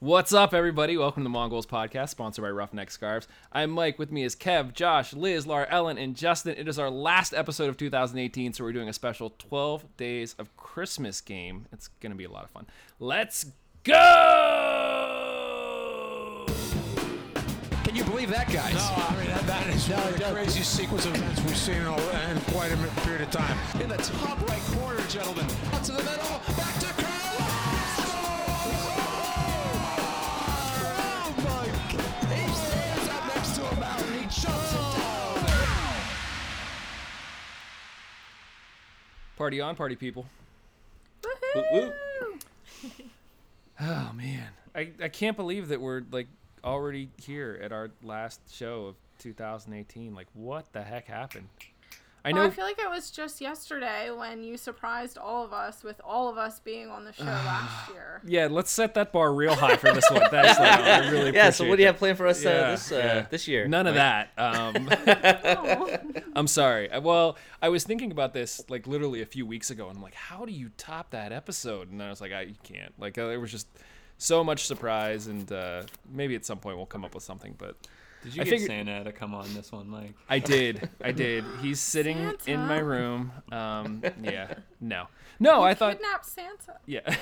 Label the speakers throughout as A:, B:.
A: What's up, everybody? Welcome to the Mongols Podcast, sponsored by Roughneck Scarves. I'm Mike. With me is Kev, Josh, Liz, Lar, Ellen, and Justin. It is our last episode of 2018, so we're doing a special 12 days of Christmas game. It's going to be a lot of fun. Let's go!
B: Can you believe that, guys?
C: No, I mean, that, that is one of the craziest sequence of events we've seen in, a, in quite a mi- period of time.
B: In the top right corner, gentlemen. Out to the middle. Back to Carl. Oh, my God. He stands up next to a mountain. He jumps it down.
A: Party on, party people. Woo woo. Oh, man. I, I can't believe that we're, like, already here at our last show of 2018. Like, what the heck happened? I know.
D: Well, I feel like it was just yesterday when you surprised all of us with all of us being on the show last year.
A: Yeah, let's set that bar real high for this one. Thanks, Lyle. I really
E: Yeah, so what do you have
A: appreciate
E: planned for us uh,
A: Yeah,
E: this uh,
A: yeah.
E: this year?
A: that. None of
E: Mike?
A: that. Um,
D: Oh.
A: I'm sorry. I- Well, I was thinking about this like literally a few weeks ago, and I'm like, how do you top that episode? And I was like, I you can't. Like, uh, there was just so much surprise, and uh, maybe at some point we'll come up with something. But
F: Did you
A: I
F: get
A: figured-
F: Santa to come on this one, Mike?
A: I did. I did. He's sitting in my
D: Santa.
A: room. Um, yeah. No. No, I thought.
D: Kidnap Santa.
A: Yeah.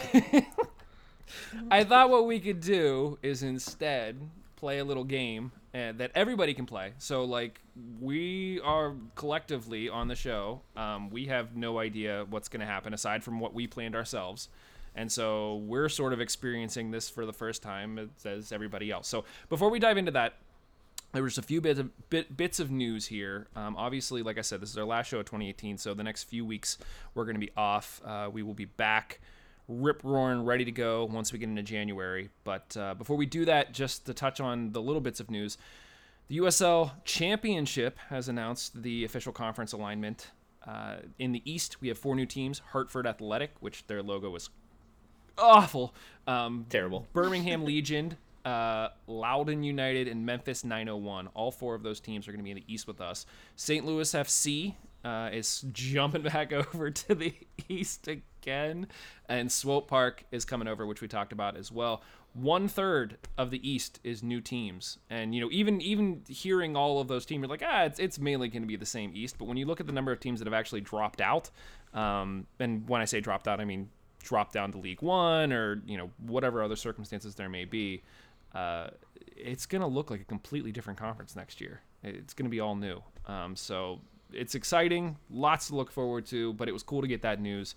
A: I thought what we could do is instead play a little game uh, that everybody can play. So, like, we are collectively on the show. Um, we have no idea what's going to happen aside from what we planned ourselves. And so we're sort of experiencing this for the first time as- as everybody else. So, before we dive into that, there was a few bits of, bit, bits of news here. Um, obviously, like I said, this is our last show of 2018, so the next few weeks we're going to be off. Uh, we will be back, rip roaring, ready to go once we get into January. But uh, before we do that, just to touch on the little bits of news, the USL Championship has announced the official conference alignment. Uh, in the East, we have four new teams: Hartford Athletic, which their logo is awful, um,
E: Terrible.
A: Birmingham Legion, uh, Loudon United, and Memphis 901. All four of those teams are going to be in the East with us. St. Louis FC uh, is jumping back over to the East again, and Swope Park is coming over, which we talked about as well. One third of the East is new teams, and you know even even hearing all of those teams, you're like ah, it's it's mainly going to be the same East. But when you look at the number of teams that have actually dropped out, um, and when I say dropped out, I mean drop down to League One or you know whatever other circumstances there may be, uh, it's going to look like a completely different conference next year. It's going to be all new. Um, so it's exciting, lots to look forward to. But it was cool to get that news.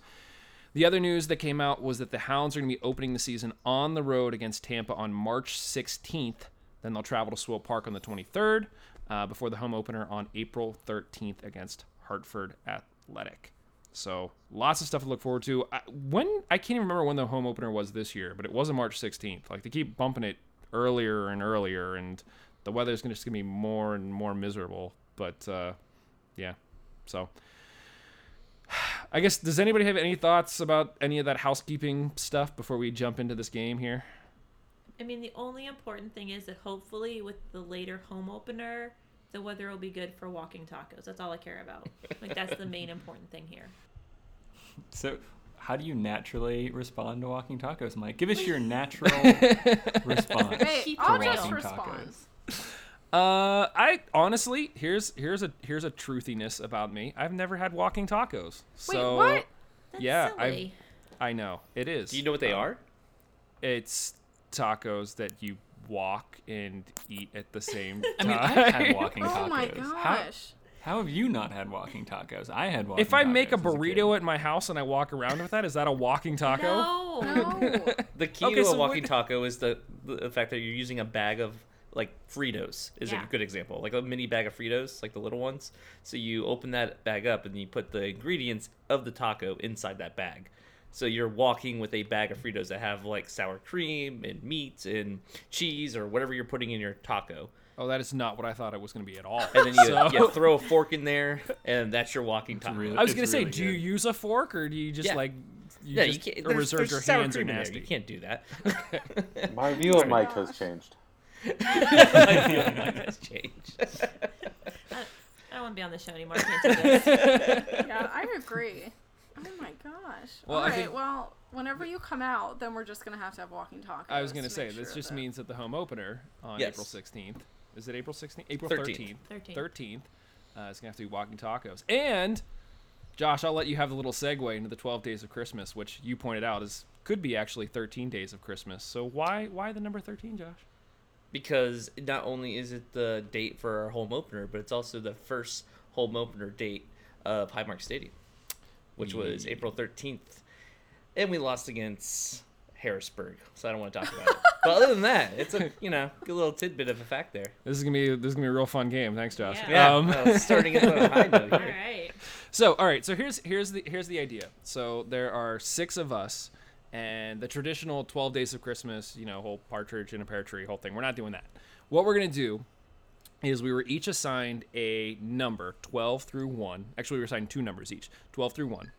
A: The other news that came out was that the Hounds are going to be opening the season on the road against Tampa on March 16th. Then they'll travel to Swill Park on the 23rd uh, before the home opener on April 13th against Hartford Athletic. So lots of stuff to look forward to. I, when I can't even remember when the home opener was this year, but it wasn't March 16th. Like they keep bumping it earlier and earlier, and the weather's going to just gonna be more and more miserable. But uh, yeah, so I guess does anybody have any thoughts about any of that housekeeping stuff before we jump into this game here?
G: I mean, the only important thing is that hopefully with the later home opener, the weather will be good for walking tacos. That's all I care about. Like that's the main important thing here.
F: So, how do you naturally respond to walking tacos, Mike? Give us your natural response.
D: Hey,
G: Keep
D: I'll
G: it
D: just
G: real.
D: respond.
A: Uh, I honestly here's here's a here's a truthiness about me. I've never had walking tacos. So
D: Wait, what?
G: That's
A: Yeah, I-
G: silly.
A: I know it is.
E: Do you know what they are?
A: It's tacos that you walk and eat at the same time.
F: I mean, I've had walking tacos.
D: Oh my
F: How,
D: gosh.
F: how have you not had walking tacos? I had walking
A: if I make a
F: tacos as
A: burrito
F: kid.
A: at my house and I walk around with that, is that a walking taco?
G: No.
D: No.
E: The key
A: Okay,
E: to
A: so
E: a walking
A: what-
E: taco is the, the fact that you're using a bag of like Fritos is
G: Yeah.
E: a good example, like a mini bag of Fritos, like the little ones. So you open that bag up and you put the ingredients of the taco inside that bag. So you're walking with a bag of Fritos that have like sour cream and meat and cheese or whatever you're putting in your taco.
A: Oh, that is not what I thought it was going to be at all.
E: And then you,
A: So-
E: you throw a fork in there, and that's your walking taco.
F: really-
A: I was
F: It's
A: gonna say,
F: really
A: do you
F: good.
A: use a fork or do you just
E: Yeah.
A: like you
E: yeah,
A: just
E: you can't.
A: or
E: There's,
A: reserve
E: there's
A: your
E: sour
A: hands are
E: cream in there.
A: nasty?
E: You can't do that.
H: My view of Mike has changed.
E: I feel like mine has changed.
G: I don't want to be on the show anymore. I can't do this.
D: yeah, I agree. Oh my gosh.
A: Well, I
D: All right.
A: think-
D: well, whenever you come out, then we're just gonna have to have walking tacos.
A: I was going to
D: to
A: say,
D: make
A: this
D: sure
A: just
D: that-
A: means that the home opener on
E: Yes.
A: April 16th. Is it April 16th? April 13th.
E: 13th.
G: 13th.
A: Uh, it's going to have to be Walking Tacos. And, Josh, I'll let you have the little segue into the 12 days of Christmas, which you pointed out is could be actually 13 days of Christmas. So why why the number 13, Josh?
E: because not only is it the date for our home opener, but it's also the first home opener date of Highmark Stadium, which was April 13th. And we lost against Harrisburg, so I don't want to talk about it. But other than that, it's a you know good little tidbit of a fact there.
A: This is gonna be this is gonna be a real fun game. Thanks, Josh.
G: Yeah.
E: Yeah,
A: Um,
E: uh, starting it on a high note
G: All
E: here.
G: right.
A: So, all right. So here's here's the here's the idea. So there are six of us, and the traditional twelve days of Christmas, you know, whole partridge in a pear tree, whole thing. We're not doing that. What we're gonna do is we were each assigned a number, twelve through one. Actually, we were assigned two numbers each, twelve through one,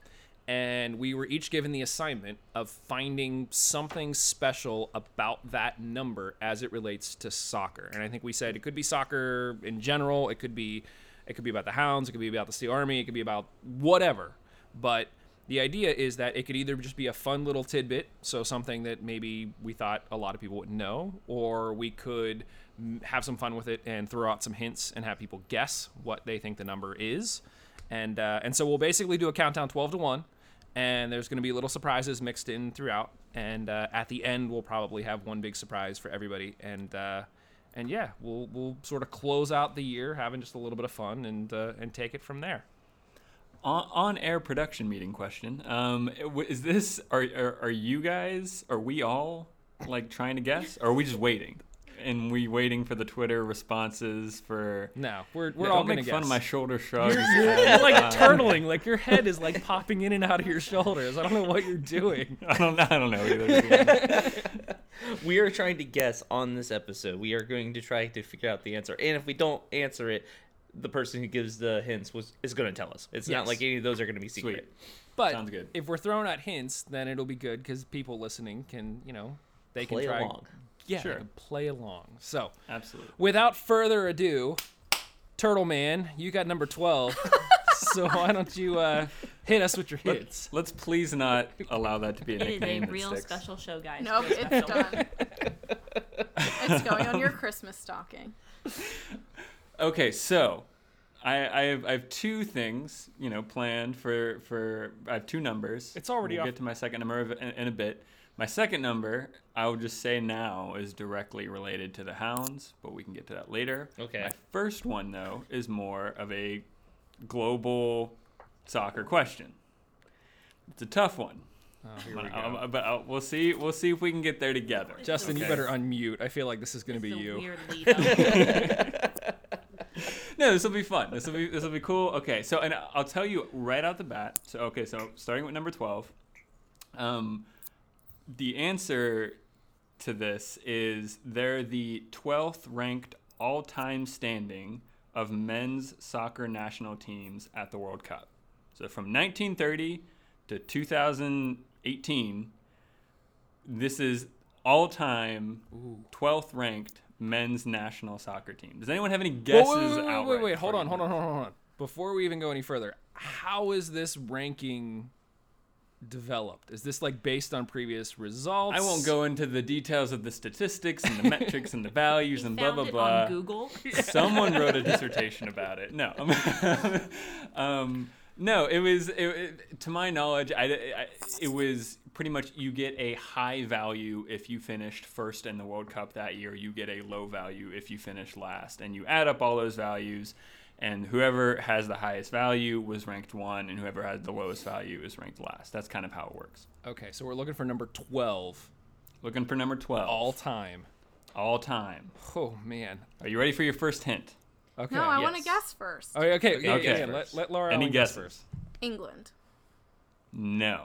A: and we were each given the assignment of finding something special about that number as it relates to soccer. And I think we said it could be soccer in general. It could be it could be about the Hounds. It could be about the Sea Army. It could be about whatever. But the idea is that it could either just be a fun little tidbit, so something that maybe we thought a lot of people wouldn't know, or we could mm, have some fun with it and throw out some hints and have people guess what they think the number is. And uh, and so we'll basically do a countdown 12 to 1, and there's going to be little surprises mixed in throughout. And uh, at the end, we'll probably have one big surprise for everybody. And uh, and yeah, we'll we'll sort of close out the year having just a little bit of fun and uh, and take it from there.
F: on, on air production meeting question. Um, w- is this are, are are you guys are we all like trying to guess? Or are we just waiting? And we waiting for the Twitter responses for.
A: No, we're we're
F: Don't
A: all going to
F: make
A: guess.
F: fun of my shoulder shrugs. Uh,
A: You're like turtling, like your head is like popping in and out of your shoulders. I don't know what you're doing.
F: I don't. I don't know either.
E: We are trying to guess on this episode. We are going to try to figure out the answer, and if we don't answer it, the person who gives the hints was is going to tell us. It's
A: Yes.
E: not like any of those are going to be secret.
F: Sweet.
A: But
F: Sounds good.
A: if we're throwing out hints, then it'll be good because people listening can, you know, they
E: Play
A: can try.
E: along.
A: Yeah, they
F: Sure.
A: can play along. So,
F: Absolutely.
A: without further ado, Turtle Man, you got number twelve. so why don't you uh, hit us with your hits?
F: Let's please not allow that to be a
G: It is a
F: nickname. that
G: real
F: sticks.
G: special show, guys.
D: Nope,
G: Real
D: it's
G: special.
D: done. it's going on your Christmas stocking.
F: Okay, so I, I have I have two things you know planned for for I have two numbers.
A: It's already
F: We'll
A: off-
F: get to my second number of- in, in a bit. My second number I will just say now is directly related to the hounds, but we can get to that later.
E: Okay.
F: My first one though is more of a global soccer question. It's a tough one,
A: Oh, Here we
F: Um,
A: go.
F: but I'll, we'll see we'll see if we can get there together.
A: Justin, you
F: Okay.
A: better unmute. I feel like this is going to be
G: It's a
A: you.
G: weird lead up.
F: No, this will be fun. This will be this will be cool. Okay, so and I'll tell you right out the bat. So okay, so starting with number twelve, um, the answer to this is they're the twelfth ranked all time standing of men's soccer national teams at the World Cup. So from 1930 to 2018, this is all time 12th ranked men's national soccer team. Does anyone have any
A: Whoa,
F: guesses?
A: wait, wait, wait, wait,
F: outright
A: wait, wait, hold
F: for
A: on,
F: you?
A: hold on, hold on, hold on. Before we even go any further, how is this ranking developed? Is this like based on previous results?
F: I won't go into the details of the statistics and the metrics and the values and
G: Found
F: blah blah
G: it
F: blah.
G: on Google.
F: Someone wrote a dissertation about it. No, um, no, it was it, it- to my knowledge, I, I- it was pretty much you get a high value if you finished first in the World Cup that year. You get a low value if you finish last, and you add up all those values. And whoever has the highest value was ranked one, and whoever had the lowest value is ranked last. That's kind of how it works.
A: Okay, so we're looking for number 12
F: Looking for number 12.
A: all time.
F: all time.
A: Oh, man.
F: Are you ready for your first hint?
A: Okay.
D: No, I want to
E: yes.
D: guess firest.
A: Oh, yeah, okay, yeah, yeah,
F: Okay.
A: yeah, Let, let Laura
F: Any
A: Ellen guess
F: guesses?
A: first.
D: England.
F: No.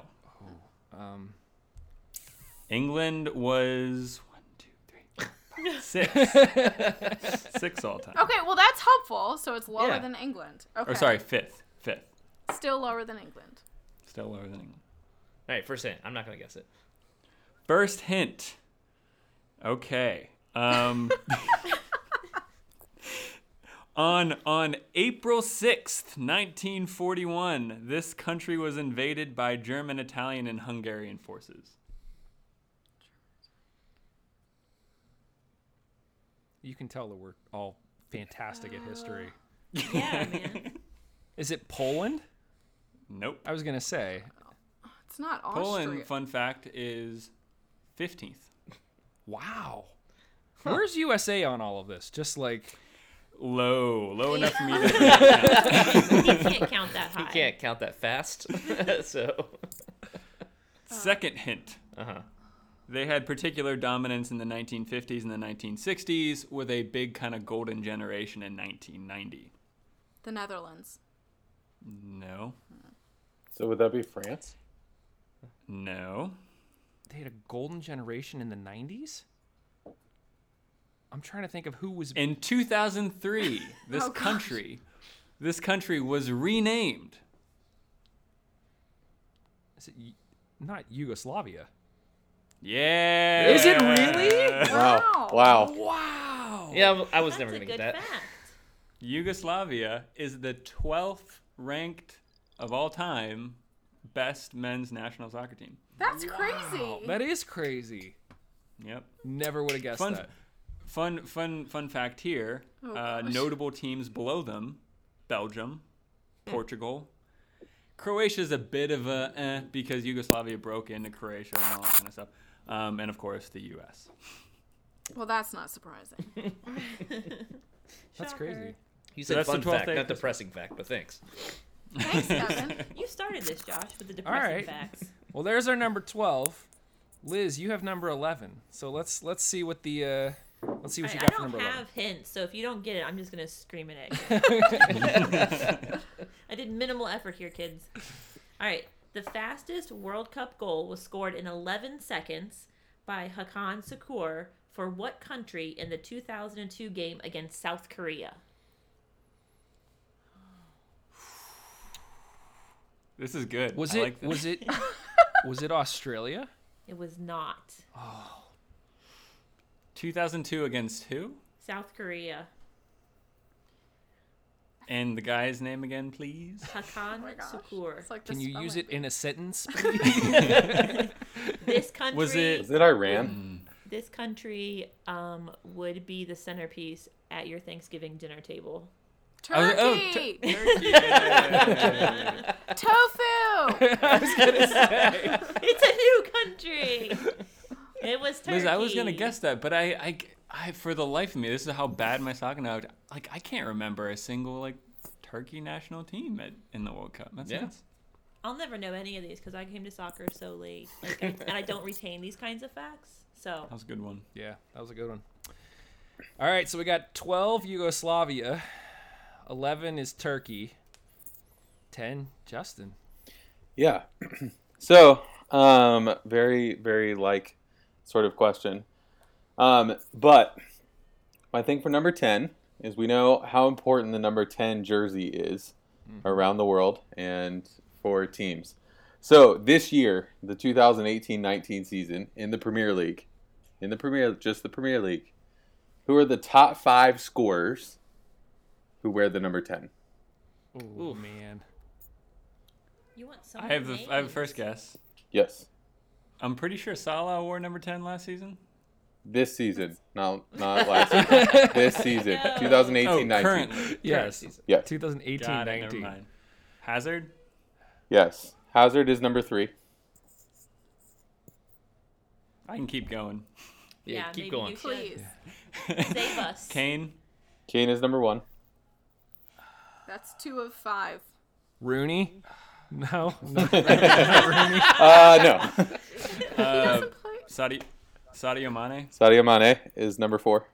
F: England was one, two, three, four, five, six. six all time.
D: Okay, well that's helpful. So it's lower
E: Yeah.
D: than England. Okay.
F: Or sorry, fifth. Fifth.
D: Still lower than England.
F: Still lower than England.
E: All right, first hint. I'm not going to guess it.
F: First hint. Okay. Um, On on April 6th, 1941, this country was invaded by German, Italian, and Hungarian forces.
A: You can tell that we're all fantastic at history.
G: Yeah, man.
A: Is it Poland?
F: Nope.
A: I was gonna say.
D: It's not Austria.
F: Poland, fun fact, is 15th.
A: Wow. Where's USA on all of this? Just like
F: Low, low enough for me to
G: You can't count that high.
E: You can't count that fast. so,
F: Second hint.
H: Uh-huh.
F: They had particular dominance in the 1950s and the 1960s with a big kind of golden generation in 1990.
D: the Netherlands.
F: No.
H: So would that be France?
F: No.
A: they had a golden generation in the '90s. I'm trying to think of who was.
F: In 2003, this
D: Oh, gosh.
F: country this country was renamed.
A: Is it Y- not Yugoslavia?
F: Yeah.
A: Is it really?
D: Wow.
H: Wow.
A: Wow.
E: yeah, I w- I was
G: Oh, That's
E: never
G: a
E: going to
G: good
E: get that.
G: fact.
F: Yugoslavia is the 12th ranked of all time best men's national soccer team.
D: That's
A: Wow,
D: crazy.
A: that is crazy.
F: Yep.
A: Never would have guessed
F: Fun-
A: that.
F: Fun, fun, fun fact here:
D: Oh,
F: uh,
D: gosh.
F: notable teams below them, Belgium, Portugal. Croatia's a bit of a eh, because Yugoslavia broke into Croatia and all that kind of stuff, um, and of course the U.S.
D: well, that's not surprising.
A: That's crazy.
E: You
F: So
E: said
F: that's the
E: fun
F: 12th
E: fact,
F: day
E: not
F: of Christmas.
E: depressing fact, but thanks.
D: Thanks, Kevin.
G: You started this, Josh, with the depressing
A: right.
G: facts.
A: Well, there's our number 12. Liz, you have number 11. So let's let's see what the uh, let's see what
G: I,
A: you
G: I
A: got for
G: don't
A: number
G: have hints, so if you don't get it, I'm just gonna scream it at you.
A: 11.
G: I did minimal effort here, kids. All right. The fastest World Cup goal was scored in 11 seconds by Hakan Sakur for what country in the 2002 game against South Korea?
F: This is good.
A: was
F: I
A: it
F: like this.
A: was it was it Australia?
G: It was not
F: it 2002 against who?
G: South Korea.
F: And the guy's name again, please.
D: Oh
G: Hakan
D: my gosh.
G: Sakur.
D: It's like the
A: Can you use
D: spelling
A: it
D: bee.
A: in a sentence?
G: This country
F: Was it-
H: Is it Iran?
G: this country um, would be the centerpiece at your Thanksgiving dinner table.
F: was- oh, t-
D: Turkey, tofu.
G: It's a new country. It was Turkey.
F: Liz, I was gonna guess that, but I, I, I, for the life of me, this is how bad my soccer knowledge. Like, I can't remember a single like Turkey national team at, in the World Cup. That's
E: Yeah.
F: nuts.
G: I'll never know any of these because I came to soccer so late, like, I, and I don't retain these kinds of facts. So
F: That was a good one.
A: yeah, that was a good one. All right, so we got 12 Yugoslavia, 11 is Turkey, 10 Justin.
H: Yeah. so, um, very, very like sort of question. Um, but my thing for number 10 is we know how important the number 10 jersey is around the world and for teams. So, this year, the 2018 19 season in the Premier League, in the Premier, just the Premier League, who are the top five scorers who wear the number 10?
A: Oh man.
G: you want some?
F: I have the, I have a first guess.
H: Yes.
F: I'm pretty sure Salah wore number ten last season.
H: This season, not not last season. this season,
G: No.
H: 2018
F: Oh,
H: 19.
F: currently.
A: Yes.
H: Yes.
A: 2018
F: God, never
A: 19.
F: mind. Hazard.
H: Yes. Hazard is number three.
F: I can keep going.
E: Yeah,
G: Yeah,
E: keep
G: maybe
E: going.
G: you should.
D: Please,
G: Save us.
F: Kane.
H: Kane is number one.
D: that's two of five.
A: Rooney? No. no.
H: Uh, no.
F: Uh,
D: Play-
F: Saudi. Sadio Mane.
H: Sadio Mane is number four.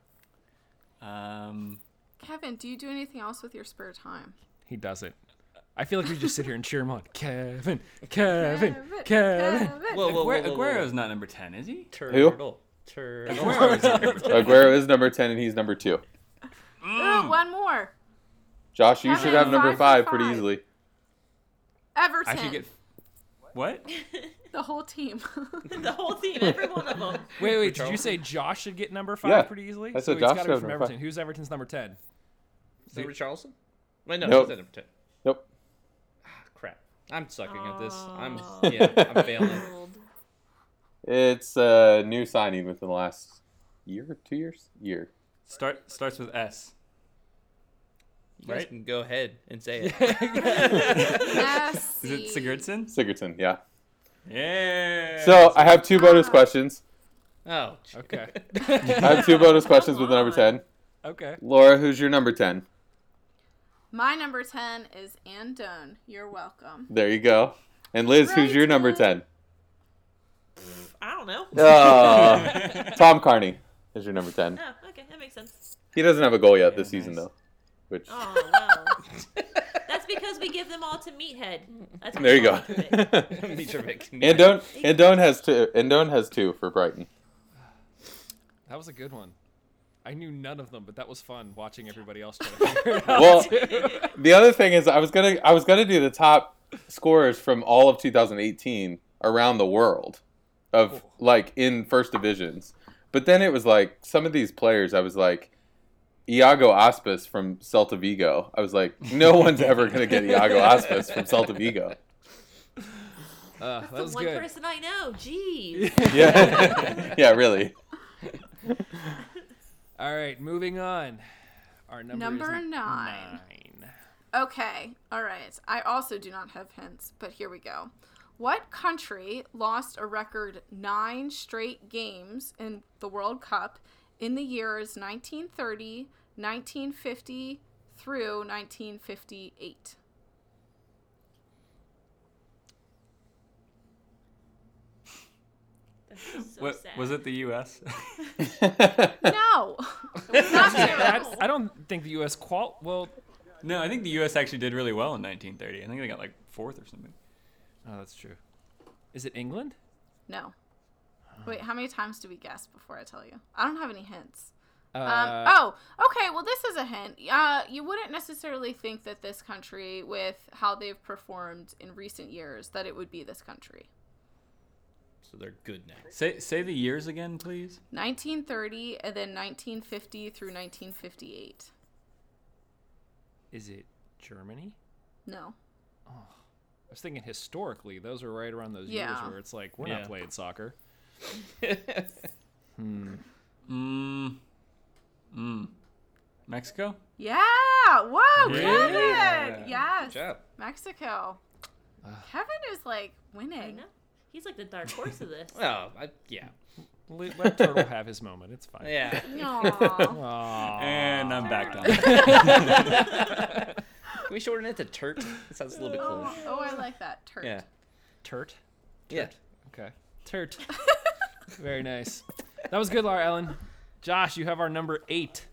F: Um,
D: Kevin, do you do anything else with your spare time?
A: He doesn't. I feel like we just sit here and cheer him on. Kevin, Kevin, Kevin.
E: Whoa, whoa, whoa,
F: Aguero,
E: whoa,
F: Aguero's not number ten, is he?
E: Turtle. Turtle.
H: Aguero is number 10, and he's number two.
D: Ooh, Oh, one more.
H: Josh, you should have number
D: Five
H: five
D: for
H: pretty
D: five.
H: easily.
F: I
D: Everton,
F: should get. What?
D: the whole team.
G: the whole team, every one of them.
A: Wait, wait. Did you say Josh should get number five
H: Yeah,
A: pretty easily?
H: I said
A: so it's
H: Josh
A: gotta
H: should
A: be
H: have
A: from
H: number
A: Everton.
H: five.
A: Who's Everton's number ten?
E: Is that Richarlison? Wait, no,
H: Nope.
E: that's number ten.
H: Nope.
E: Crap. I'm sucking at this. I'm
G: Aw.
E: yeah, I'm failing.
G: Old.
H: It's a new signing within the last year, two years, year.
F: Start starts with S.
E: You guys
F: Right?
E: can go ahead and say it.
D: Yes.
F: Is it Sigurdsson?
H: Sigurdsson, yeah.
F: Yeah.
H: So I have two
E: Ah.
H: bonus questions.
E: Oh,
A: Okay.
H: I have two bonus questions with the number ten.
A: Okay.
H: Laura, who's your number ten?
D: My number 10 is Andone. You're welcome.
H: There you go. And Liz, who's your number ten?
D: Right.
G: I don't know.
H: Oh, Tom Carney is your number ten.
G: Oh, okay, that makes sense.
H: He doesn't have a goal yet this
F: Yeah,
H: season
F: nice.
H: though. Which
G: Oh wow. That's because we give them all to Meathead. That's what
H: there you
G: we
H: go.
G: call it.
E: Mitrovic.
H: Andone Andone has two. Andone has two for Brighton.
A: That was a good one. I knew none of them, but that was fun watching everybody else try to figure it out.
H: Well, the other thing is, I was gonna I was gonna do the top scorers from all of 2018 around the world, of like in first divisions. But then it was like some of these players. I was like, Iago Aspas from Celta Vigo. I was like, no one's ever gonna get Iago Aspas from Celta Vigo.
A: Uh, that
G: The
A: was
G: one
A: good.
G: person I know. Jeez.
H: Yeah, yeah, really.
A: All right, moving on. Our number,
D: Number
A: is
D: nine.
A: nine.
D: Okay. All right. I also do not have hints, but here we go. What country lost a record nine straight games in the World Cup in the years 1930, 1950 through 1958?
G: That's so
F: What,
G: sad.
F: was it the U.S.?
D: No. It was not
A: I,
D: zero.
A: I don't think the U.S. qual. Well,
F: no, I think the U.S. actually did really well in 1930. I think they got like fourth or something.
A: oh, that's true. Is it England?
D: No. Wait, how many times do we guess before I tell you? I don't have any hints.
A: Uh,
D: Um, oh, okay. Well, this is a hint. Uh, you wouldn't necessarily think that this country, with how they've performed in recent years, that it would be this country.
E: So they're good now.
F: Say say the years again, please.
D: 1930 and then 1950 through 1958.
A: Is it Germany?
D: No.
A: I was thinking historically, those are right around those
D: Yeah.
A: years where it's like we're
E: Yeah.
A: not playing soccer.
F: Mm. Mm. Mexico.
D: Yeah. Whoa,
F: Yeah.
D: Kevin. Yes.
E: Good job.
D: Mexico. Kevin is like winning.
G: No. He's like the dark horse of this.
E: Oh, I, yeah,
A: Let, let Turtle have his moment. It's fine.
E: yeah.
D: Aww.
F: Ah.
A: Aw.
F: And I'm back down.
E: Can we shorten it to Turt? It sounds a little bit cooler.
D: oh, oh, I like that. Turd.
E: Yeah,
A: Turt.
E: yeah.
A: Okay. Turt. Very nice. That was good, Laura Ellen. Josh, you have our number eight.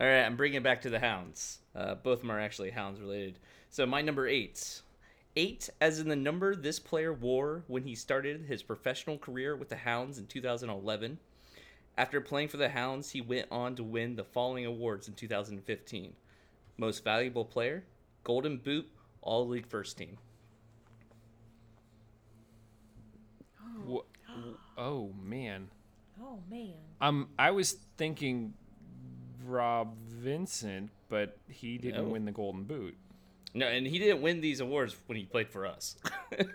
E: All right, I'm bringing it back to the hounds. Uh, both of them are actually hounds related. So my number eight, eight as in the number this player wore when he started his professional career with the hounds in 2011. After playing for the hounds, he went on to win the following awards in 2015: Most Valuable Player, Golden Boot, All League First Team.
A: Wha- Oh man.
G: Oh man.
A: Um, I was thinking Rob Vincent, but he didn't
E: No.
A: win the Golden Boot.
E: No, and he didn't win these awards when he played for us.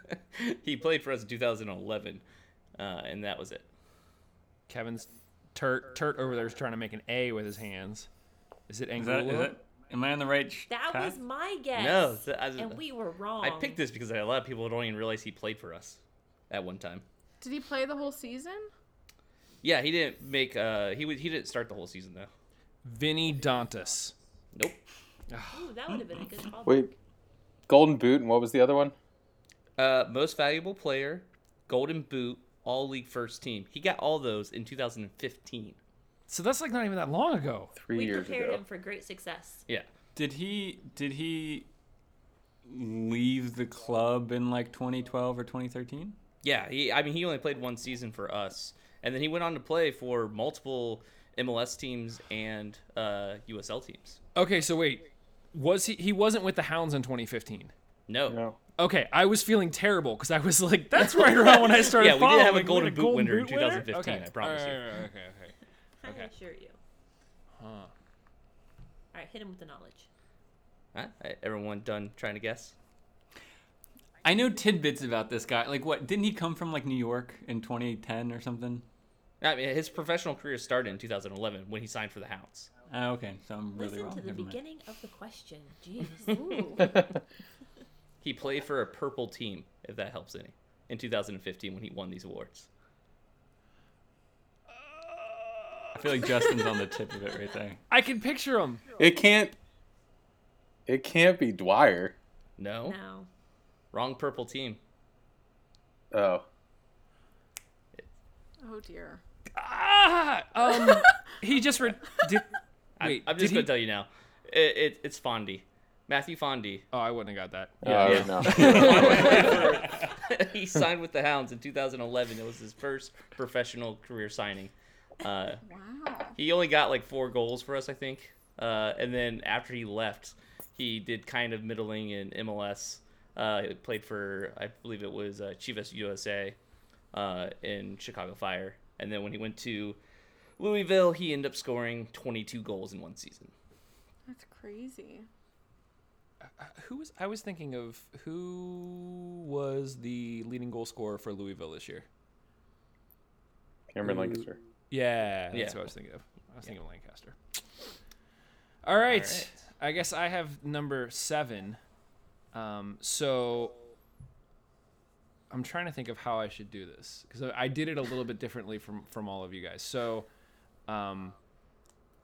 E: he played for us in 2011, uh, and that was it.
A: Kevin's Turt Turt over there is trying to make an A with his hands. Is it
F: Is
A: Angulo?
F: that, is that? Am I on the right? sh-
G: That
F: path?
G: was my guess.
E: No, th- I-
G: and we were wrong.
E: I picked this because a lot of people don't even realize he played for us at one time.
D: Did he play the whole season?
E: Yeah, he didn't make. Uh, he was. He didn't start the whole season though.
A: Vinny Dantas.
E: Nope.
G: Ooh, that would have been a good call.
H: Wait, Golden Boot, and what was the other one?
E: Uh, most valuable player, Golden Boot, All League First Team. He got all those in 2015.
A: So that's like not even that long ago.
H: Three
G: We
H: years
G: prepared
H: ago.
G: him for great success.
E: Yeah.
F: Did he? Did he? Leave the club in like 2012 or 2013.
E: Yeah. He. I mean, he only played one season for us, and then he went on to play for multiple MLS teams and uh, USL teams.
A: Okay, so wait, was he? He wasn't with the Hounds in 2015.
E: No.
H: No.
A: Okay, I was feeling terrible because I was like, "That's right around when I started."
E: Yeah, we did have a
A: following.
E: Golden
A: We're
E: Boot winner in 2015,
A: Okay.
E: I promise
A: All
E: you.
A: right, all right, okay, okay.
G: I assure you. All right, hit him with the knowledge.
E: Huh? Everyone done trying to guess?
F: I know tidbits about this guy. Like, what? Didn't he come from like New York in 2010 or something?
E: I mean, his professional career started in 2011 when he signed for the Hounds.
F: Ah, okay, so I'm really
G: Listen
F: wrong.
G: to the
F: Never mind.
G: beginning of the question. Jeez.
E: He played for a purple team, if that helps any, in 2015 when he won these awards.
F: I feel like Justin's on the tip of it right there.
A: I can picture him.
H: It can't. It can't be Dwyer.
E: No,
G: no.
E: wrong purple team.
H: Oh,
D: Oh dear.
A: Ah, um, he just re- did. Wait,
E: I'm just
A: did
E: gonna
A: he?
E: tell you now. It, it, it's Fondy, Matthew Fondy.
A: Oh, I wouldn't have got that.
H: yeah, I already know.
E: he signed with the Hounds in 2011. It was his first professional career signing. Uh,
D: Wow.
E: he only got like four goals for us, I think. Uh, and then after he left, he did kind of middling in MLS. Uh, he played for, I believe it was uh, Chivas USA uh, in Chicago Fire. And then when he went to Louisville, he ended up scoring 22 goals in one season.
D: That's crazy.
A: Who was I was thinking of? Who was the leading goal scorer for Louisville this year?
H: Cameron Lancaster.
A: Yeah, that's
E: Yeah.
A: what I was thinking of. I was thinking of Lancaster. All right. I guess I have number seven. Um, so I'm trying to think of how I should do this because I, I did it a little bit differently from from all of you guys. So, um,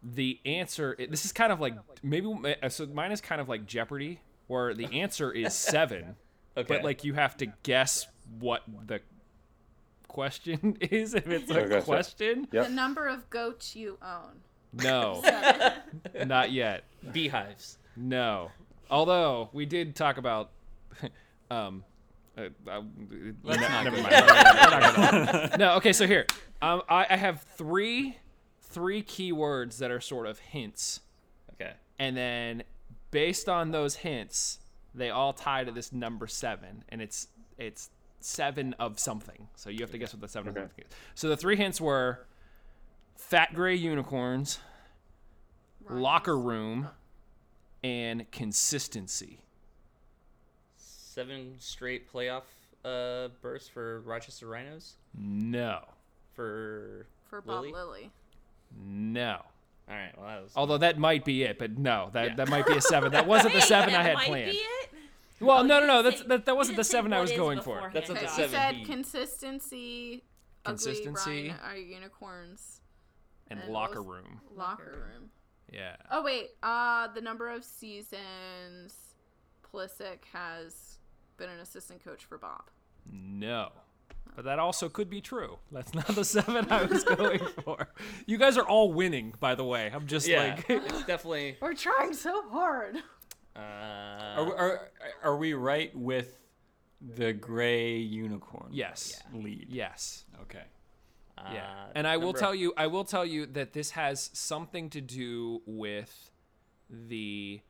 A: the answer it- this is kind of like maybe uh, so mine is kind of like Jeopardy, where the answer is seven,
E: Okay.
A: but like you have to guess what the question is if it's a
H: Oh, gotcha.
A: question.
H: Yep.
D: The number of goats you own.
A: No, not yet.
E: Beehives.
A: No. Although we did talk about, um, uh, uh, ne- never mind. no. Okay. So here, um, I, I have three, three keywords that are sort of hints,
E: Okay.
A: and then based on those hints, they all tie to this number seven, and it's it's seven of something. So you have to guess what the seven of something is. So the three hints were fat gray unicorns
D: Ryan.
A: locker room and consistency.
E: Seven straight playoff uh, bursts for Rochester Rhinos.
A: No.
E: For.
D: for Bob
E: Lily?
D: Lilly.
A: No.
E: All right. Well, that was.
A: Although that might be it, but no, that
E: Yeah.
A: that might be a seven. That wasn't the
G: Hey,
A: seven
G: that
A: I had
G: might
A: planned.
G: Be it?
A: Well, no,
G: you
A: no, no.
G: didn't
A: That's
G: say-
A: that, that
G: you
A: wasn't the
G: didn't say
A: seven I
G: what
A: was
G: is
A: going for.
G: beforehand.
E: That's what the
D: Okay,
G: Josh.
D: you
E: seven
D: said
E: he-
D: consistency.
A: Consistency.
D: Ugly Ryan are unicorns.
A: And
D: And what
A: locker
D: was-
A: room.
D: Locker room.
A: Yeah.
D: Oh wait, uh, the number of seasons Polisic has been an assistant coach for Bob.
A: No. But that also could be true. That's not the seven I was going for. You guys are all winning, by the way. I'm just
E: Yeah.
A: like
E: it's definitely.
D: We're trying so hard.
E: Uh,
F: Are, are, are we right with the gray unicorn?
A: Yes.
F: Lead.
A: Yes.
F: Okay.
A: Yeah.
E: Uh,
A: and I will
E: number-
A: tell you I will tell you that this has something to do with the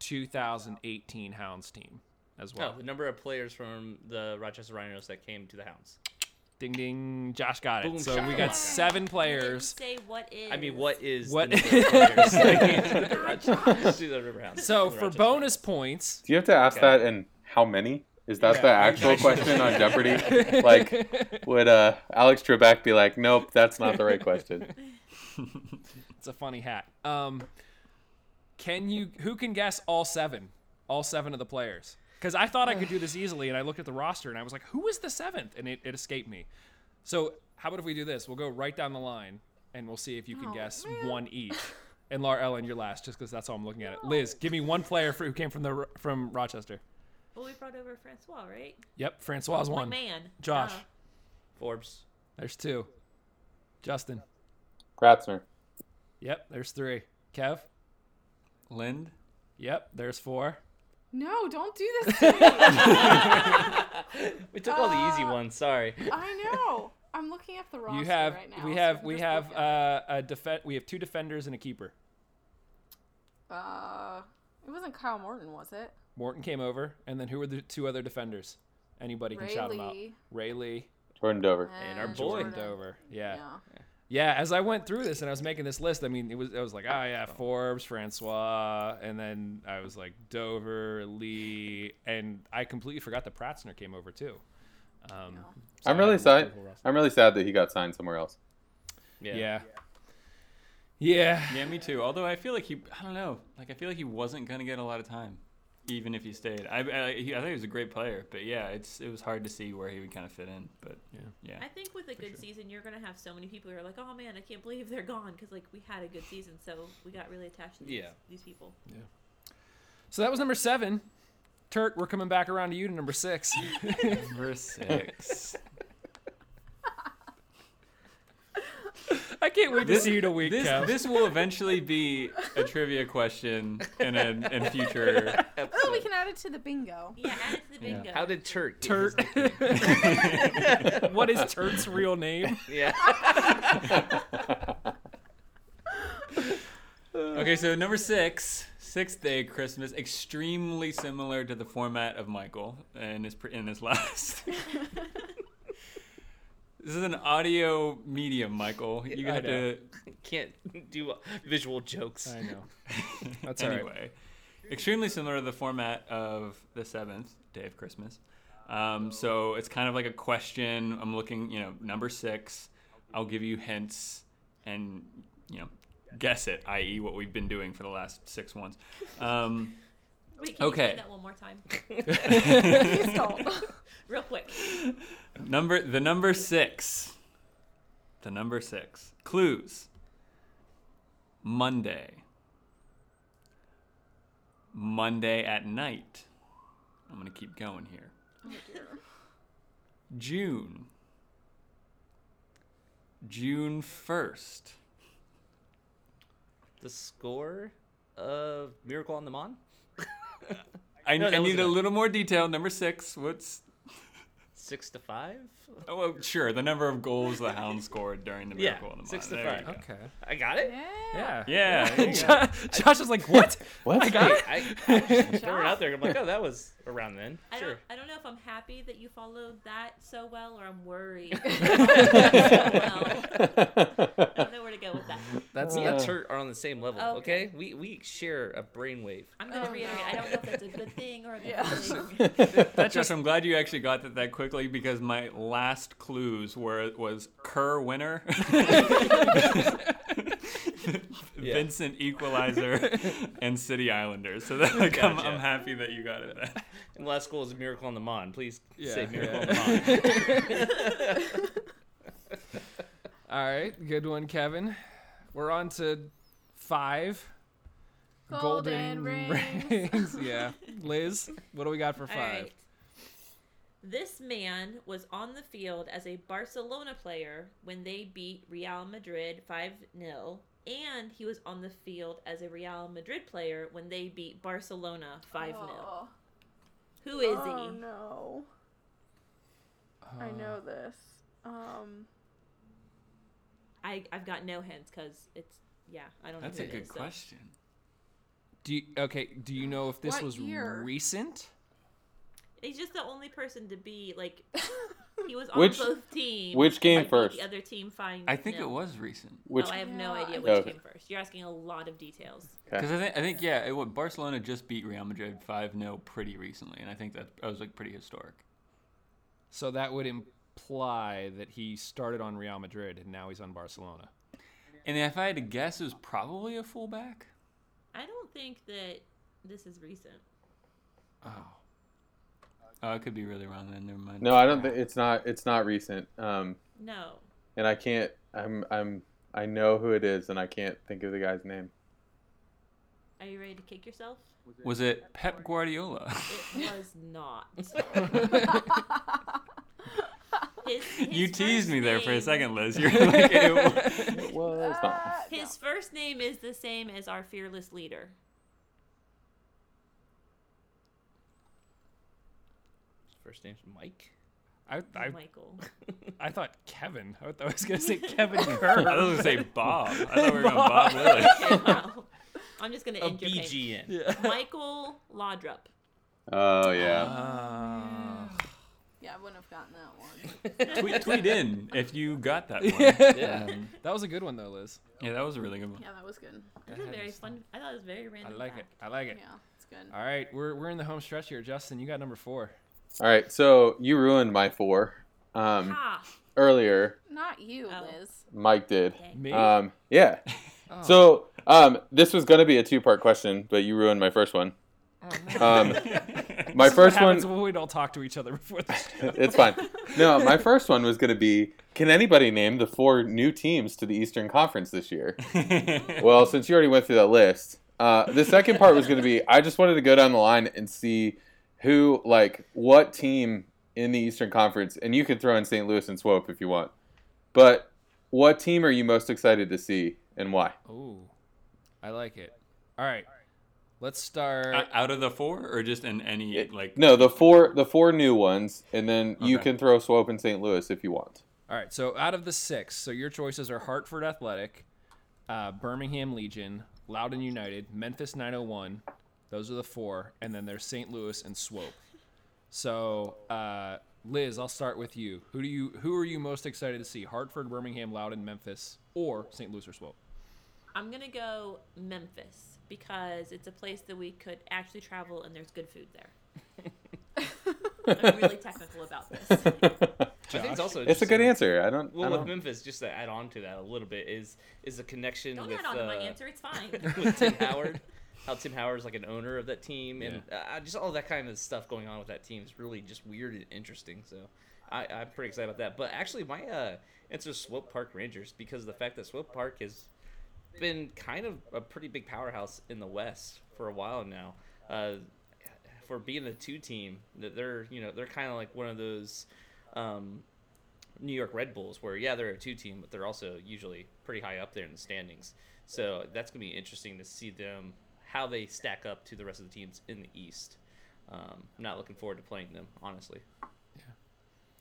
A: 2018 Hounds team as
E: No,
A: well.
E: the number of players from the Rochester Rhinos that came to the Hounds.
A: Ding ding, Josh got it.
E: Boom,
A: so
E: shot.
A: we
E: Come
A: got
E: on.
A: seven
G: You didn't
A: players.
G: Say what is.
E: I mean, what is
A: What-
E: the number of players that came to the Rochester- to the River Hounds?
A: So
E: The
A: for
E: Rochester
A: bonus points,
H: Do you have to ask that and how many? Is that the actual question on Jeopardy? Like, would uh, Alex Trebek be like, nope, that's not the right question?
A: it's a funny hat. Um can you who can guess all seven? All seven of the players. Cuz I thought I could do this easily and I looked at the roster and I was like, "Who is the seventh?" and it, it escaped me. So, how about if we do this? We'll go right down the line and we'll see if you can
D: Oh,
A: guess
D: man.
A: one each. And Laura Ellen, you're last, just because that's all I'm looking at it. Liz, give me one player for, who came from the Ro- from Rochester.
G: Well, we brought over Francois, right?
A: Yep, Francois
G: One
A: one.
G: man.
A: Josh,
G: Oh.
E: Forbes.
A: there's two. Justin,
H: Kratzner.
A: yep, there's three. Kev,
F: Lind?
A: Yep, there's four.
D: No, don't do this. To me.
E: We took all the
A: Ah.
E: easy ones. Sorry.
D: I know. I'm looking at the roster
A: you have
D: right now.
A: we
D: so
A: have
D: I'm
A: we
D: just
A: have
D: looking at
A: uh, a defend we have two defenders and a keeper.
D: it. Uh, it wasn't Kyle Morton, was it?
A: Morton came over, and then who were the two other defenders? Anybody can shout them out.
D: Ray Lee
A: Ray Lee
H: Jordan Dover.
E: our
D: and
E: boy.
A: and
D: Jordan.
A: Dover. Yeah.
D: Yeah.
A: Yeah, as I went through this and I was making this list, I mean, it was I was like, ah, yeah, Forbes, Francois, and then I was like Dover, Lee, and I completely forgot that Pratzner came over too. Um,
H: I'm really sad. I'm really sad that he got signed somewhere else.
A: yeah. yeah. Yeah.
F: Yeah, me too. Although I feel like he, I don't know, like I feel like he wasn't gonna get a lot of time, even if he stayed. I, I, he, I think he was a great player, but yeah, it's it was hard to see where he would kind of fit in. But yeah, yeah,
G: I think with a good season, you're going to have so many people who are like, oh man, I can't believe they're gone because like we had a good season, so we got really attached to these,
E: Yeah.
G: these people.
A: So that was number seven. Turk, we're coming back around to you to number six.
F: number six.
A: I can't wait to see you in a week,
F: this
A: Kev.
F: this will eventually be a trivia question in a in future.
D: Oh, we can add it to the bingo.
G: Yeah, add it to the bingo.
E: How did Turk? get his
A: Turk. what is Turk's real name?
E: nick- Yeah.
F: Okay, so number six, sixth day Christmas, extremely similar to the format of Michael in his pre- in his last. this is an audio medium, Michael. You
A: I
F: have
A: know.
F: to
E: Can't do visual jokes.
A: I know. That's all right.
F: anyway. Extremely similar to the format of the seventh day of Christmas. Um, so it's kind of like a question. I'm looking, you know, number six. I'll give you hints and, you know, guess it, i.e., what we've been doing for the last six ones. Um,
G: Wait, can you
F: Okay.
G: say that one more time,
D: Please don't.
G: real quick?
F: Number the number six. The number six. Clues. Monday. Monday at night. I'm gonna keep going here. June. June first.
E: The score of Miracle on the Mon.
F: I,
E: No,
F: I need
E: that wasn't
F: a
E: it.
F: little more detail. Number six. What's
E: Six to five.
F: oh well, sure the number of goals the Hounds scored during the
E: Yeah,
F: miracle on the
E: six
F: Mon.
E: to
F: There you
E: five.
F: go.
A: Okay.
E: I got it.
D: Yeah.
A: Yeah.
F: Yeah. there you go.
A: Jo- Josh was like, "What?
H: What?
E: I, I just threw it out there. I'm like, oh, that was around then.
G: I don't,
E: Sure.
G: I don't know if I'm happy that you followed that so well or I'm worried. that you followed that so well. I don't know where to go with that.
A: That's uh,
E: Me and Turt are on the same level.
G: Oh, Okay.
E: Okay. We we share a brainwave.
G: I'm going to
D: Oh,
G: reiterate.
D: no.
G: I don't know if that's a good thing or a bad
D: Yeah.
G: thing.
F: That's just. I'm glad you actually got that that quickly because my last clues were was Kerr winner, Vincent equalizer, and City Islanders. So that, like, I'm, I'm
E: Gotcha.
F: happy that you got it. Back.
E: And last goal is Miracle on the Mon. Please
A: Yeah,
E: say Miracle
A: yeah.
E: on the Mon.
A: all right. Good one, Kevin. We're on to five
D: Golden, ring.
A: rings. yeah, Liz, what do we got for
G: All right.
A: five?
G: This man was on the field as a Barcelona player when they beat Real Madrid 5 0, and he was on the field as a Real Madrid player when they beat Barcelona 5 0.
D: Oh,
G: Who is
D: oh
G: he?
D: no. I know this. Um,
G: I, I've got no hints because it's, yeah, I don't know.
F: That's
G: who
F: a
G: it
F: good
G: is, so.
F: question.
A: Do you, okay. Do you know if this
D: What
A: was
D: year?
A: recent?
G: He's just the only person to be, like, he was on
H: Which-
G: both teams.
H: which game
G: and beat
H: first?
G: The other team finds.
F: I think
G: no.
F: it was recent
H: Which
G: oh, I have no
D: Yeah, I
G: idea
D: think-
G: which
H: Okay.
G: came first. You're asking a lot of details.
F: because I think I think yeah, it, wa- Barcelona just beat Real Madrid five 0 pretty recently, and I think that I was like pretty historic.
A: So that would imply that he started on Real Madrid and now he's on Barcelona.
F: And if I had to guess, it was probably a fullback.
G: I don't think that this is recent.
F: Oh, I could be really wrong then. Never mind.
H: no, I don't think it's not. It's not recent. Um,
G: No.
H: and I can't. I'm. I'm. I know who it is, and I can't think of the guy's name.
G: Are you ready to kick yourself?
F: Was it Pep Guardiola?
G: It was not. His- his
F: You teased
G: first
F: me there for a
G: name-
F: second, Liz. You're like, it wa-
H: It was
D: Uh,
H: not.
G: His first name is the same as our fearless leader.
E: First name's Mike.
A: I I,
G: Michael.
A: I thought Kevin. I thought I was gonna say Kevin
F: I
A: Kerr.
F: was gonna say Bob. I thought we were going Bob Lilly.
G: Wow. I'm just gonna
E: A
G: end your pain.
E: BGN.
G: Michael Laudrup.
H: Oh yeah.
F: Uh,
D: yeah. Yeah, I wouldn't have gotten that one.
F: tweet, tweet in if you got that one. Um,
A: Yeah. That was a good one though, Liz.
F: Yeah, that was a really good one.
D: Yeah, that was good.
G: That was a very fun. I thought it was very
A: I
G: random.
A: like it.
G: fact.
A: I like it.
D: Yeah, it's good.
A: All right, we're we're in the home stretch here. Justin, you got number four.
H: All right, so you ruined my four. Um,
G: Ha!
H: earlier,
D: Not you,
G: Oh.
D: Liz.
H: Mike did.
A: Me.
H: Um, yeah.
A: Oh.
H: So um, this was gonna be a two-part question, but you ruined my first one.
A: Oh,
H: Um, my
A: What
H: first
A: happens
H: one.
A: when we don't talk to each other before the show.
H: It's fine. No, my first one was gonna be. Can anybody name the four new teams to the Eastern Conference this year? well, since you already went through that list, uh, the second part was gonna be. I just wanted to go down the line and see who, like, what team in the Eastern Conference, and you could throw in St. Louis and Swope if you want. But what team are you most excited to see, and why?
A: Ooh, I like it. All right, let's start.
F: O- Uh, Out of the four, or just in any
H: It-
F: like?
H: no the four the four new ones and then you
F: Okay.
H: can throw swope in st louis if you want
A: All right, so out of the six, so your choices are Hartford Athletic, uh, Birmingham Legion, Loudon United, Memphis 901. Those are the four, and then there's St. Louis and Swope. So, uh, Liz, I'll start with you. Who do you who are you most excited to see? Hartford, Birmingham, Loudon, Memphis, or St. Louis or Swope?
G: I'm gonna go Memphis because it's a place that we could actually travel and there's good food there. I'm really technical about this.
E: I think it's also
H: it's a
E: interesting-
H: good answer i don't, I
E: Well, with
H: don't-
E: Memphis, just to add on to that a little bit is is the connection
G: Don't
E: with
G: add on to my
E: uh,
G: answer. It's fine.
E: with Tim Howard. How Tim Howard's like an owner of that team, and uh, just all that kind of stuff going on with that team is really just weird and interesting. So I, I'm pretty excited about that. But actually, my uh, answer is Swope Park Rangers because of the fact that Swope Park has been kind of a pretty big powerhouse in the West for a while now. Uh, for being a two team, that they're you know they're kind of like one of those um, New York Red Bulls, where yeah, they're a two team, but they're also usually pretty high up there in the standings. So that's gonna be interesting to see them how they stack up to the rest of the teams in the East. Um, I'm not looking forward to playing them, honestly.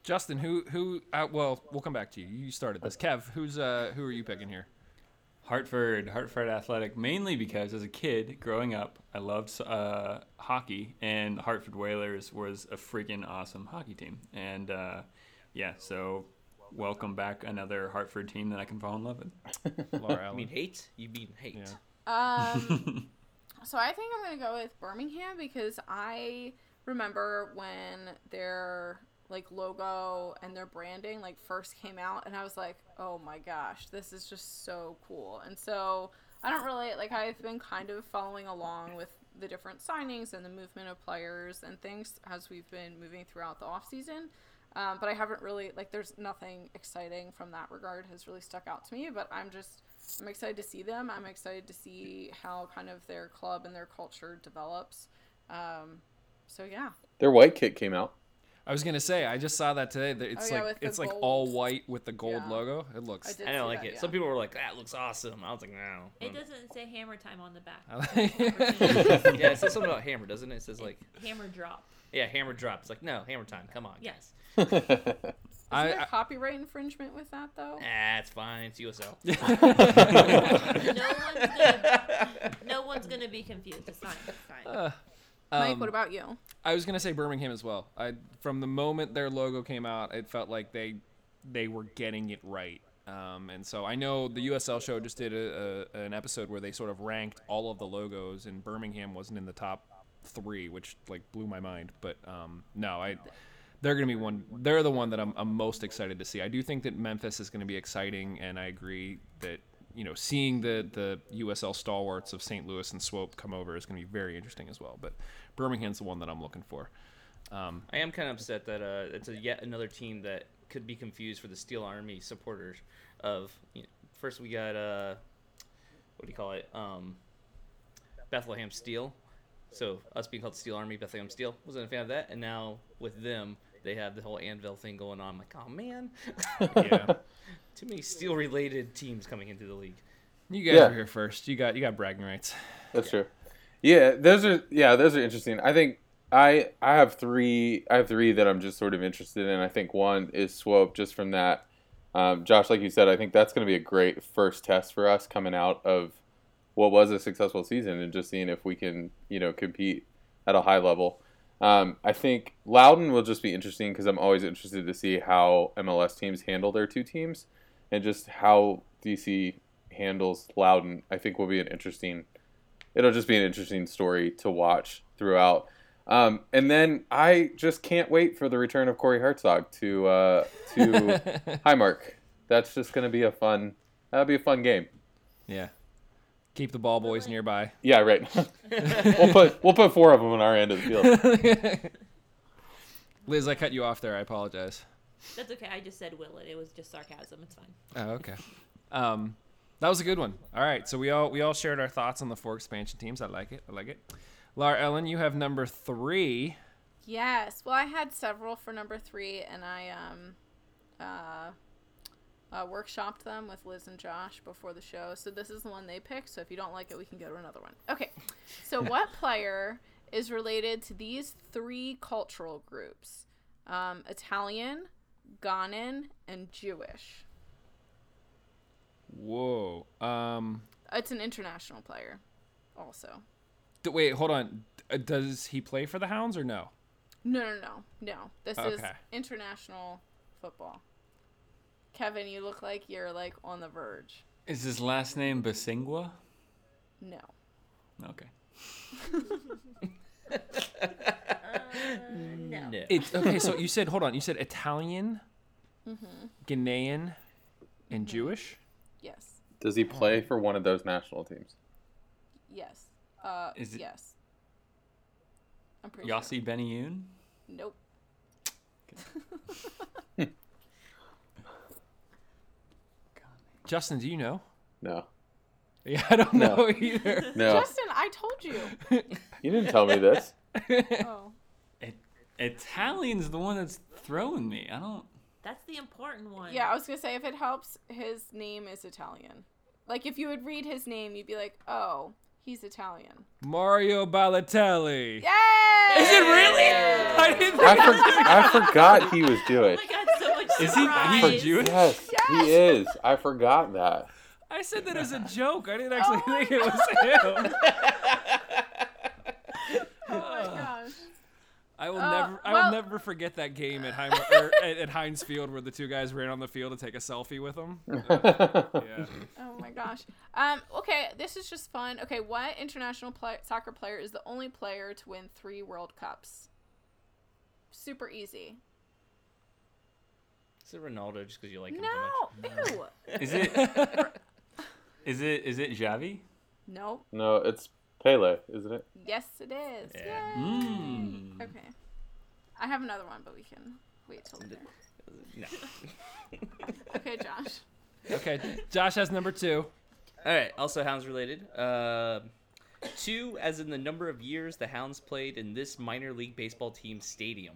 A: Justin, who who? Uh, well, we'll come back to you. You started this. Kev, who's uh, who are you picking here?
F: Hartford, Hartford Athletic, mainly because as a kid growing up, I loved uh, hockey, and the Hartford Whalers was a freaking awesome hockey team. And uh, yeah, so welcome back another Hartford team that I can fall in love with.
A: Laura
E: I
A: Allen.
E: mean hate? You mean hate?
A: Yeah.
D: Um, so I think I'm gonna go with Birmingham because I remember when their like logo and their branding like first came out, and I was like, oh my gosh, this is just so cool. And so I don't really like I've been kind of following along with the different signings and the movement of players and things as we've been moving throughout the off season. Um, but I haven't really like there's nothing exciting from that regard has really stuck out to me. But I'm just I'm excited to see them. I'm excited to see how kind of their club and their culture develops. Um, so yeah,
H: their white kit came out
A: I was gonna say I just saw that today. that It's
D: Oh, yeah,
A: like
D: with the
A: it's like
D: gold.
A: all white with the gold
D: Yeah.
A: logo. It looks.
D: I did.
E: I
D: see
E: don't like
D: that,
E: it.
D: yeah.
E: Some people were like, "That looks awesome." I was like, "No."
G: It doesn't say hammer time on the back.
E: yeah, it says something about hammer, doesn't it? It says like,
G: hammer drop.
E: "Yeah, hammer drop." It's like, "No, hammer time. Come on."
G: Yes.
D: Isn't
A: I,
D: there
A: I-
D: copyright infringement with that though?
E: Ah, it's fine. It's USL.
G: No one's gonna. No one's gonna be confused. It's fine. It's fine.
E: Uh.
D: Mike,
E: um,
D: what about you?
A: I was gonna say Birmingham as well. I from the moment their logo came out, it felt like they they were getting it right. Um, and so I know the USL show just did a, a, an episode where they sort of ranked all of the logos, and Birmingham wasn't in the top three, which like blew my mind. But um, no, I they're gonna be one. They're the one that I'm, I'm most excited to see. I do think that Memphis is gonna be exciting, and I agree that you know seeing the the USL stalwarts of St. Louis and Swope come over is gonna be very interesting as well. But Birmingham's the one that I'm looking for.
E: I am kind of upset that uh, it's a yet another team that could be confused for the Steel Army supporters. Of you know, first we got uh, what do you call it? Um, Bethlehem Steel. So us being called Steel Army, Bethlehem Steel wasn't a fan of that, and now with them they have the whole Anvil thing going on. I'm like, oh man,
A: Yeah,
E: too many steel-related teams coming into the league.
A: you guys
H: Yeah.
A: were here first. You got you got bragging rights.
H: that's true yeah those are yeah those are interesting i think i i have three i have three that i'm just sort of interested in i think one is swope just from that um, josh like you said i think that's going to be a great first test for us coming out of what was a successful season and just seeing if we can you know compete at a high level Um, I think Loudon will just be interesting because I'm always interested to see how MLS teams handle their two teams and just how DC handles Loudon. I think will be an interesting. It'll just be an interesting story to watch throughout. Um, and then I just can't wait for the return of Corey Hartzog to uh, to Highmark. That's just going to be a fun. That'll be a fun game.
A: Yeah. Keep the ball boys nearby.
H: Yeah, right. we'll put we'll put four of them on our end of the field.
A: Liz, I cut you off there. I apologize.
G: That's okay. I just said will it. It was just sarcasm. It's fine.
A: Oh, okay. Um, that was a good one. All right, so we all we all shared our thoughts on the four expansion teams. I like it. I like it. Laura Ellen, you have number three.
D: Yes. Well, I had several for number three, and I um, uh, uh, workshopped them with Liz and Josh before the show. So this is the one they picked. So if you don't like it, we can go to another one. Okay. So what player is related to these three cultural groups? Um, Italian, Ghanaian, and Jewish.
A: Whoa. Um,
D: It's an international player, also.
A: th- wait, hold on. Uh, Does he play for the Hounds or no?
D: No, no, no, no. This is
A: Okay.
D: international football. Kevin, you look like you're like on the verge.
F: Is his last name Basingwa?
D: No.
F: Okay.
G: No.
A: It's okay. So you said, hold on. You said Italian, Ghanaian, and Jewish.
D: Yes.
H: Does he play for one of those national teams?
D: Yes. Uh,
F: Is it-
D: yes. I'm pretty sure.
F: Yossi Benioun?
D: Nope.
A: Justin, do you know?
H: No,
A: Yeah, I don't
H: No.
A: know either.
H: no.
D: Justin, I told you.
H: You didn't tell me this.
D: Oh.
F: It, Italian's the one that's throwing me. I don't.
G: That's the important one.
D: Yeah, I was gonna say if it helps, his name is Italian. Like if you would read his name, you'd be like, oh, he's Italian.
A: Mario Balotelli.
D: Yay!
A: Is it really? I didn't
H: I,
A: think.
H: for, I forgot he was
G: Oh
H: Jewish.
G: my god, so much
F: Is
G: surprise.
F: he, he's Jewish?
H: Yes, he is. I forgot that.
A: I said that as a joke. I didn't actually think it was him.
D: Oh my gosh.
A: I will
D: Uh,
A: never, I
D: well-
A: will never forget that game at Heim, or at, at Heinz Field where the two guys ran on the field to take a selfie with him. Yeah.
D: Oh my gosh. Um, okay, this is just fun. Okay, what international play- soccer player is the only player to win three World Cups? Super easy.
E: Is it Ronaldo just because you like him
D: No. Ew.
F: Is it? is it? Is it Javi?
D: Nope.
H: No, it's Pele, isn't it?
D: Yes, it is.
E: Yeah.
D: Yay.
F: Hmm.
D: Okay. I have another one, but we can wait till later.
E: too much?
D: Okay, Josh.
A: Okay, Josh has number two.
E: No. All right. Also, hounds related. Uh, two, as in the number of years the hounds played in this minor league baseball team stadium.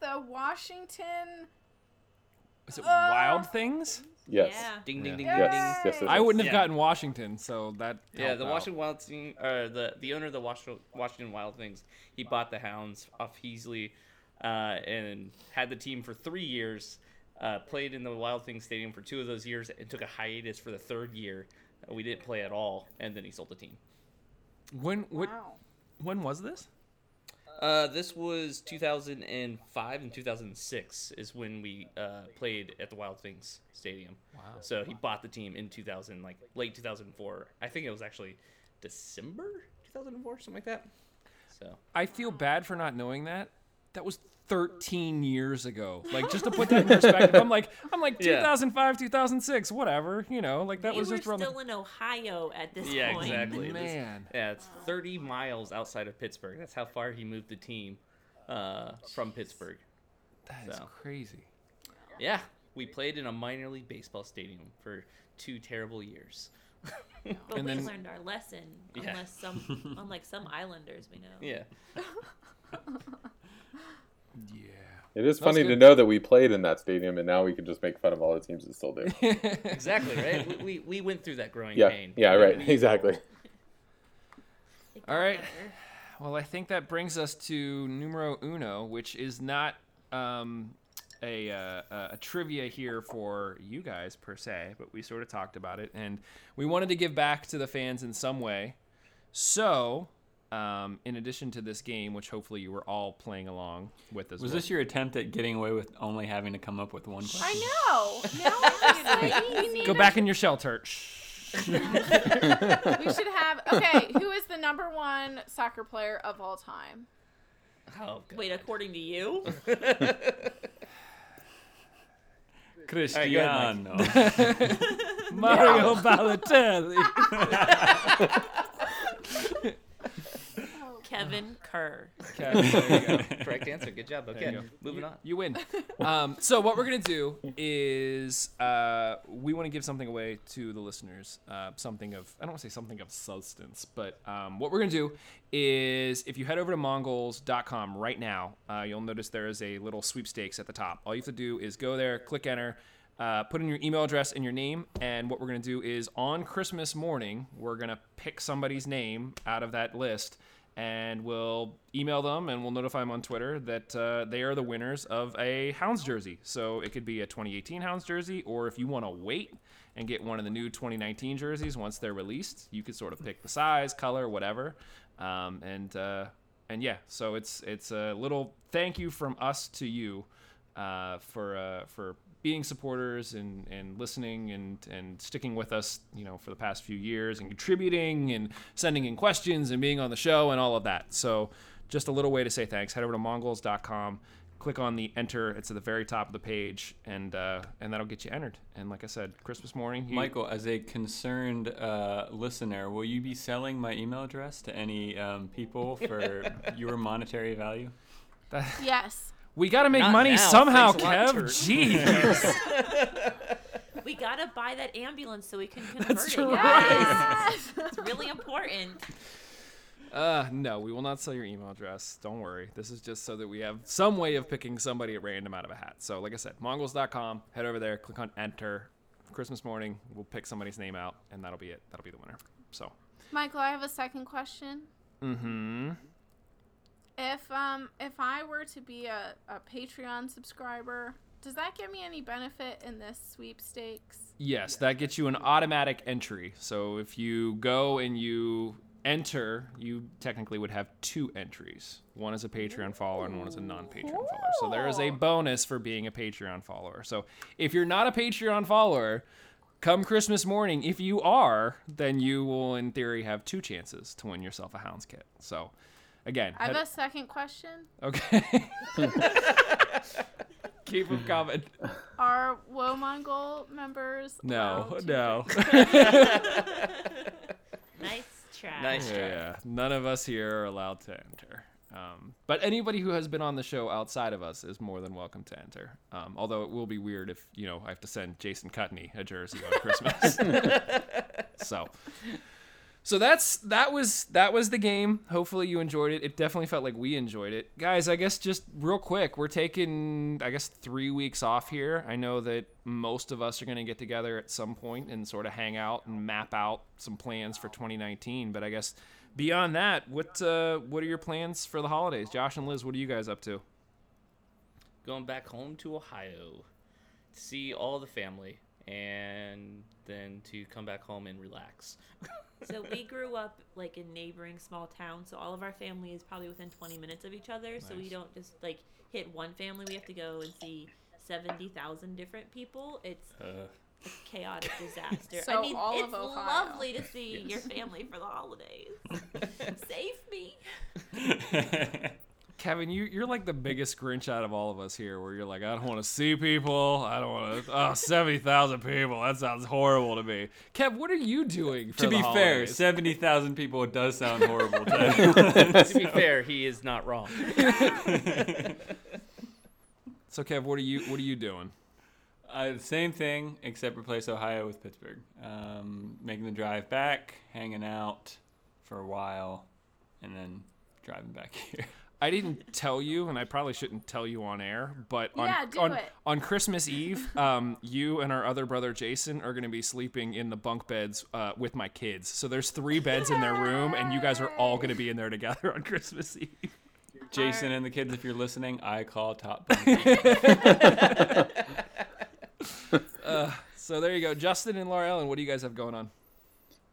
D: The Washington.
A: Is it
D: Uh,
A: Wild Things?
H: Yes.
G: Yeah.
E: Ding ding ding
D: Yeah.
E: ding
H: Yes.
E: ding.
H: Yes. it
A: I
H: is.
A: wouldn't have
E: Yeah.
A: gotten Washington, so that.
E: Yeah,
A: helped
E: the
A: out.
E: Washington Wild team, or the the owner of the Washington Washington Wild Things, he bought the Hounds off Heasley, uh, and had the team for three years. Uh, played in the Wild Things Stadium for two of those years, and took a hiatus for the third year. We didn't play at all, and then he sold the team.
A: When what?
D: Wow.
A: When was this?
E: Uh, this was 2005 and 2006 is when we uh, played at the Wild Things Stadium. Wow. So he bought the team in 2000, like late 2004. I think it was actually December 2004, something like that. So
A: I feel bad for not knowing that. That was 13 years ago. Like just to put that in perspective, I'm like, I'm like
E: Yeah.
A: 2005, 2006, whatever. You know, like that
G: You
A: was
G: were
A: just around. the-
G: still in Ohio at this
E: Yeah,
G: point.
E: exactly. This-
A: Man.
E: yeah, it's 30 miles outside of Pittsburgh. That's how far he moved the team uh, from Pittsburgh.
A: That is
E: So.
A: crazy.
E: Yeah, we played in a minor league baseball stadium for two terrible years.
G: But
A: And
G: we
A: then-
G: learned our lesson.
E: Yeah.
G: Unless some unlike some islanders we know.
E: Yeah.
A: Yeah.
H: It is funny to
A: good.
H: know that we played in that stadium, and now we can just make fun of all the teams that still do.
E: Exactly, right? we, we, we went through that growing
H: Yeah.
E: pain.
H: Yeah.
E: And
H: Right.
E: we-
H: Exactly.
G: Think
A: All right.
G: better.
A: Well, I think that brings us to numero uno, which is not um, a, uh, a trivia here for you guys per se, but we sort of talked about it, and we wanted to give back to the fans in some way. So Um, in addition to this game, which hopefully you were all playing along with as
F: Was
A: well.
F: this your attempt at getting away with only having to come up with one question?
D: I know. Now it's like, you need
A: Go
D: to-
A: back in your shelter. Shh.
D: We should have. Okay, who is the number one soccer player of all time?
E: Oh, God.
G: Wait, according to you?
F: Cristiano.
A: Mario Balotelli.
G: Kevin Kerr.
E: Correct answer. Good job. Okay,
A: you go.
E: moving on.
A: You win. Um, so what we're gonna do is uh, we want to give something away to the listeners, uh, something of I don't want to say something of substance, but um, what we're gonna do is if you head over to mongols.com right now, uh, you'll notice there is a little sweepstakes at the top. All you have to do is go there, click enter. Uh, put in your email address and your name, and what we're gonna do is on Christmas morning, we're gonna pick somebody's name out of that list, and we'll email them and we'll notify them on Twitter that uh, they are the winners of a Hounds jersey. So it could be a 2018 Hounds jersey, or if you want to wait and get one of the new 2019 jerseys once they're released, you could sort of pick the size, color, whatever. Um, and uh, and yeah, so it's it's a little thank you from us to you uh, for uh, for being supporters and, and listening and, and sticking with us, you know, for the past few years and contributing and sending in questions and being on the show and all of that. So just a little way to say thanks. Head over to mongols.com, click on the enter. It's at the very top of the page and, uh, and that'll get you entered. And like I said, Christmas morning, you,
F: Michael, as a concerned uh, listener, will you be selling my email address to any um, people for your monetary value?
D: Yes.
A: we got to make
E: Not
A: money
E: now.
A: somehow,
E: Thanks
A: Kev.
E: a lot, Turd.
A: Jeez.
G: We gotta buy that ambulance so we can convert
A: That's
G: it.
A: right.
D: Yes.
G: It's really important.
A: Uh, no, we will not sell your email address. Don't worry. This is just so that we have some way of picking somebody at random out of a hat. So, like I said, mongols.com, head over there, click on enter. Christmas morning, we'll pick somebody's name out, and that'll be it. That'll be the winner. So,
D: Michael, I have a second question.
A: mm-hmm.
D: If um if I were to be a, a Patreon subscriber, does that give me any benefit in this sweepstakes?
A: Yes, that gets you an automatic entry. So, if you go and you enter, you technically would have two entries one is a Patreon follower, and one is a non Patreon follower. So, there is a bonus for being a Patreon follower. So, if you're not a Patreon follower, come Christmas morning, if you are, then you will, in theory, have two chances to win yourself a hounds kit. So, again,
D: I have
A: head-
D: a second question.
A: okay. Keep them coming.
D: Are Womongol members?
A: No,
D: allowed to
A: no.
G: Nice try.
E: Nice try.
A: Yeah, none of us here are allowed to enter. Um, but anybody who has been on the show outside of us is more than welcome to enter. Um, although it will be weird if you know I have to send Jason Cutney a jersey on Christmas. so, so that's that was that was the game. Hopefully you enjoyed it. It definitely felt like we enjoyed it, guys. I guess just real quick, we're taking I guess three weeks off here. I know that most of us are going to get together at some point and sort of hang out and map out some plans for 2019. But I guess beyond that, what uh, what are your plans for the holidays, Josh and Liz? What are you guys up to?
E: Going back home to Ohio to see all the family and then to come back home and relax.
G: So we grew up like in neighboring small towns, so all of our family is probably within 20 minutes of each other. So we don't just like hit one family. We have to go and see 70,000 different people. It's a chaotic disaster. I
D: So
G: mean,
D: all
G: it's
D: of Ohio.
G: lovely to see your family for the holidays. Save me.
A: Kevin, you, you're like the biggest Grinch out of all of us here, where you're like, I don't want to see people. I don't want to. Oh, 70,000 people. That sounds horrible to me. Kev, what are you doing? For
F: to
A: the
F: be fair,
A: holidays?
F: 70,000 people does sound horrible. to-
E: to be fair, he is not wrong.
A: So, Kev, what are you what are you doing?
F: uh, same thing, except replace Ohio with Pittsburgh. Um, making the drive back, hanging out for a while, and then driving back here.
A: I didn't tell you, and I probably shouldn't tell you on air, but on
D: Yeah, do
A: on,
D: it.
A: on Christmas Eve, um, you and our other brother Jason are going to be sleeping in the bunk beds uh, with my kids. So there's three beds in their room, and you guys are all going to be in there together on Christmas Eve.
F: Jason and the kids, if you're listening, I call top bunk.
A: So there you go, Justin and Laura Ellen. What do you guys have going on?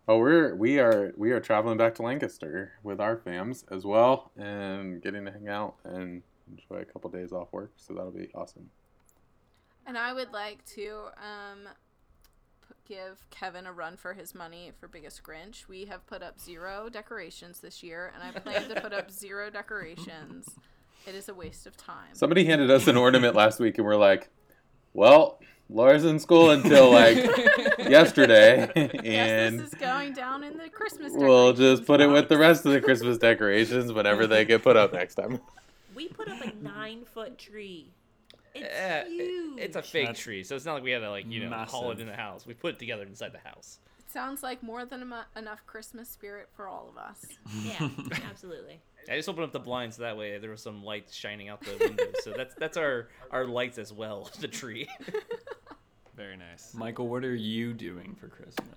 H: Oh, we're we are we are traveling back to Lancaster with our fams as well, and getting to hang out and enjoy a couple days off work. So that'll be awesome.
D: And I would like to um, p- give Kevin a run for his money for biggest Grinch. We have put up zero decorations this year, and I plan to put up zero decorations. It is a waste of time.
H: Somebody handed us an ornament last week, and we're like, "Well, Laura's in school until like yesterday,
D: yes, this
H: and
D: is going down in the Christmas.
H: we'll
D: decorations
H: just put it with the
D: box.
H: rest of the Christmas decorations whenever they get put up next time."
G: We put up a nine foot tree. It's
E: Eh,
G: huge.
E: it- it's a fake
F: That's
E: tree, so it's not like we had to like you know haul it
F: massive.
E: in the house. We put it together inside the house.
D: It sounds like more than emo- enough Christmas spirit for all of us.
G: yeah, absolutely.
E: I just opened up the blinds that way. There was some lights shining out the windows, so that's that's our our lights as well. The tree.
A: Very nice.
F: Michael, what are you doing for Christmas?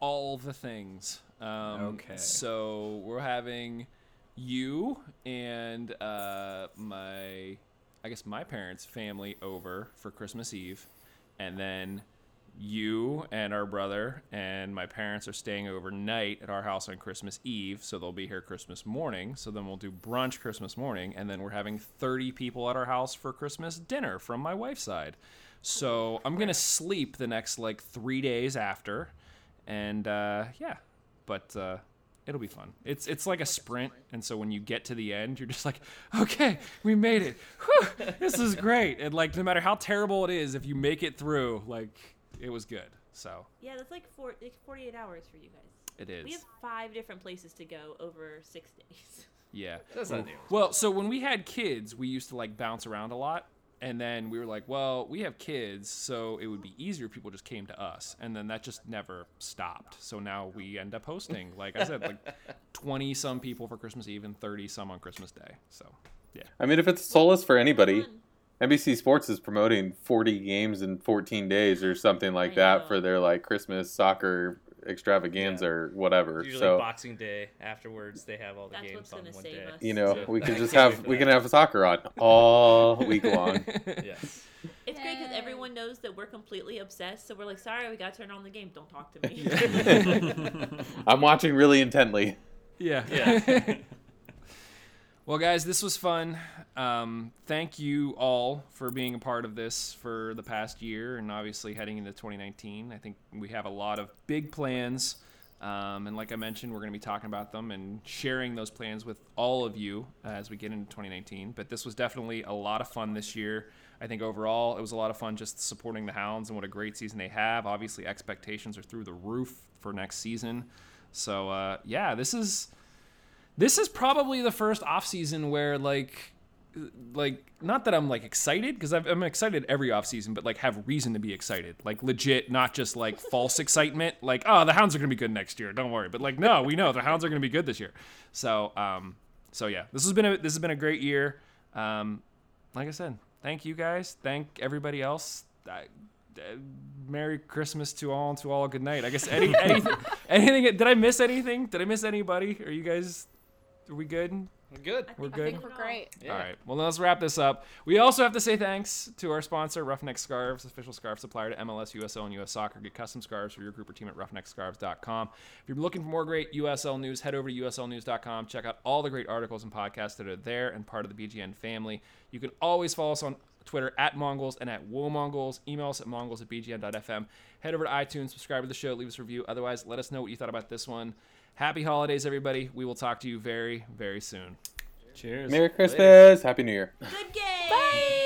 A: all the things. Um,
F: Okay.
A: So we're having you and uh, my, I guess my parents' family over for Christmas Eve, and then you and our brother and my parents are staying overnight at our house on Christmas Eve, so they'll be here Christmas morning. So then we'll do brunch Christmas morning, and then we're having 30 people at our house for Christmas dinner from my wife's side. So I'm gonna sleep the next like three days after, and uh, yeah, but uh, it'll be fun. It's it's like a sprint, and so when you get to the end, you're just like, okay, we made it. Whew, this is great, and like no matter how terrible it is, if you make it through, like it was good. So
G: Yeah, that's like, four, like 48 hours for you guys.
A: it
G: We
A: is,
G: have five different places to go over six days.
A: yeah.
E: That's not new.
A: Well, so when we had kids, we used to like bounce around a lot. And then we were like, well, we have kids, so it would be easier if people just came to us. And then that just never stopped. So now we end up hosting, like I said, like 20 some people for Christmas Eve and 30 some on Christmas Day. So, yeah.
H: I mean, if it's solace for anybody,
G: Fun.
H: NBC Sports is promoting 40 games in 14 days or something like
G: I
H: that
G: know.
H: for their like Christmas soccer extravaganza
E: Yeah.
H: or whatever.
E: Usually
H: so
E: Boxing Day afterwards, they have all the
G: That's
E: games
G: what's
E: on
G: gonna
E: one
G: save
E: day.
G: us.
H: you know,
E: So-
H: we can
E: I
H: just
E: can't wait
H: have
E: for
H: we can
E: that.
H: have soccer on all week long.
E: Yes.
G: It's great because
D: Yay.
G: everyone knows that we're completely obsessed, so we're like, sorry, we got to turn on the game. Don't talk to me.
H: I'm watching really intently.
A: Yeah.
E: Yeah.
A: well, guys, this was fun. Um, thank you all for being a part of this for the past year and obviously heading into 2019. I think we have a lot of big plans. Um, and like I mentioned, we're going to be talking about them and sharing those plans with all of you uh, as we get into 2019. But this was definitely a lot of fun this year. I think overall it was a lot of fun just supporting the Hounds and what a great season they have. Obviously, expectations are through the roof for next season. So uh, yeah, this is this is probably the first off season where like like not that I'm like excited because I'm excited every off season, but like have reason to be excited, like legit, not just like false excitement, like oh the Hounds are gonna be good next year, don't worry. But like no, we know the Hounds are gonna be good this year. So um, so yeah, this has been a this has been a great year. Um, like I said, thank you guys, thank everybody else. I, uh, Merry Christmas to all and to all. Good night. I guess any, anything, anything. Did I miss anything? Did I miss anybody? Are you guys? Are we good?
E: Good.
G: I
A: We're
G: think
D: I
A: good.
D: think we're great.
A: All right. Well, let's wrap this up. We also have to say thanks to our sponsor, Roughneck Scarves, official scarf supplier to MLS, USL, and US Soccer. Get custom scarves for your group or team at roughneckscarves.com. If you're looking for more great USL news, head over to uslnews.com. Check out all the great articles and podcasts that are there and part of the BGN family. You can always follow us on Twitter at Mongols and at WoMongols. Email us at mongols at bgn.fm. Head over to iTunes, subscribe to the show, leave us a review. Otherwise, let us know what you thought about this one. Happy holidays, everybody. We will talk to you very, very soon.
F: Cheers.
H: Merry Christmas, Happy New Year.
G: Good game.
D: Bye.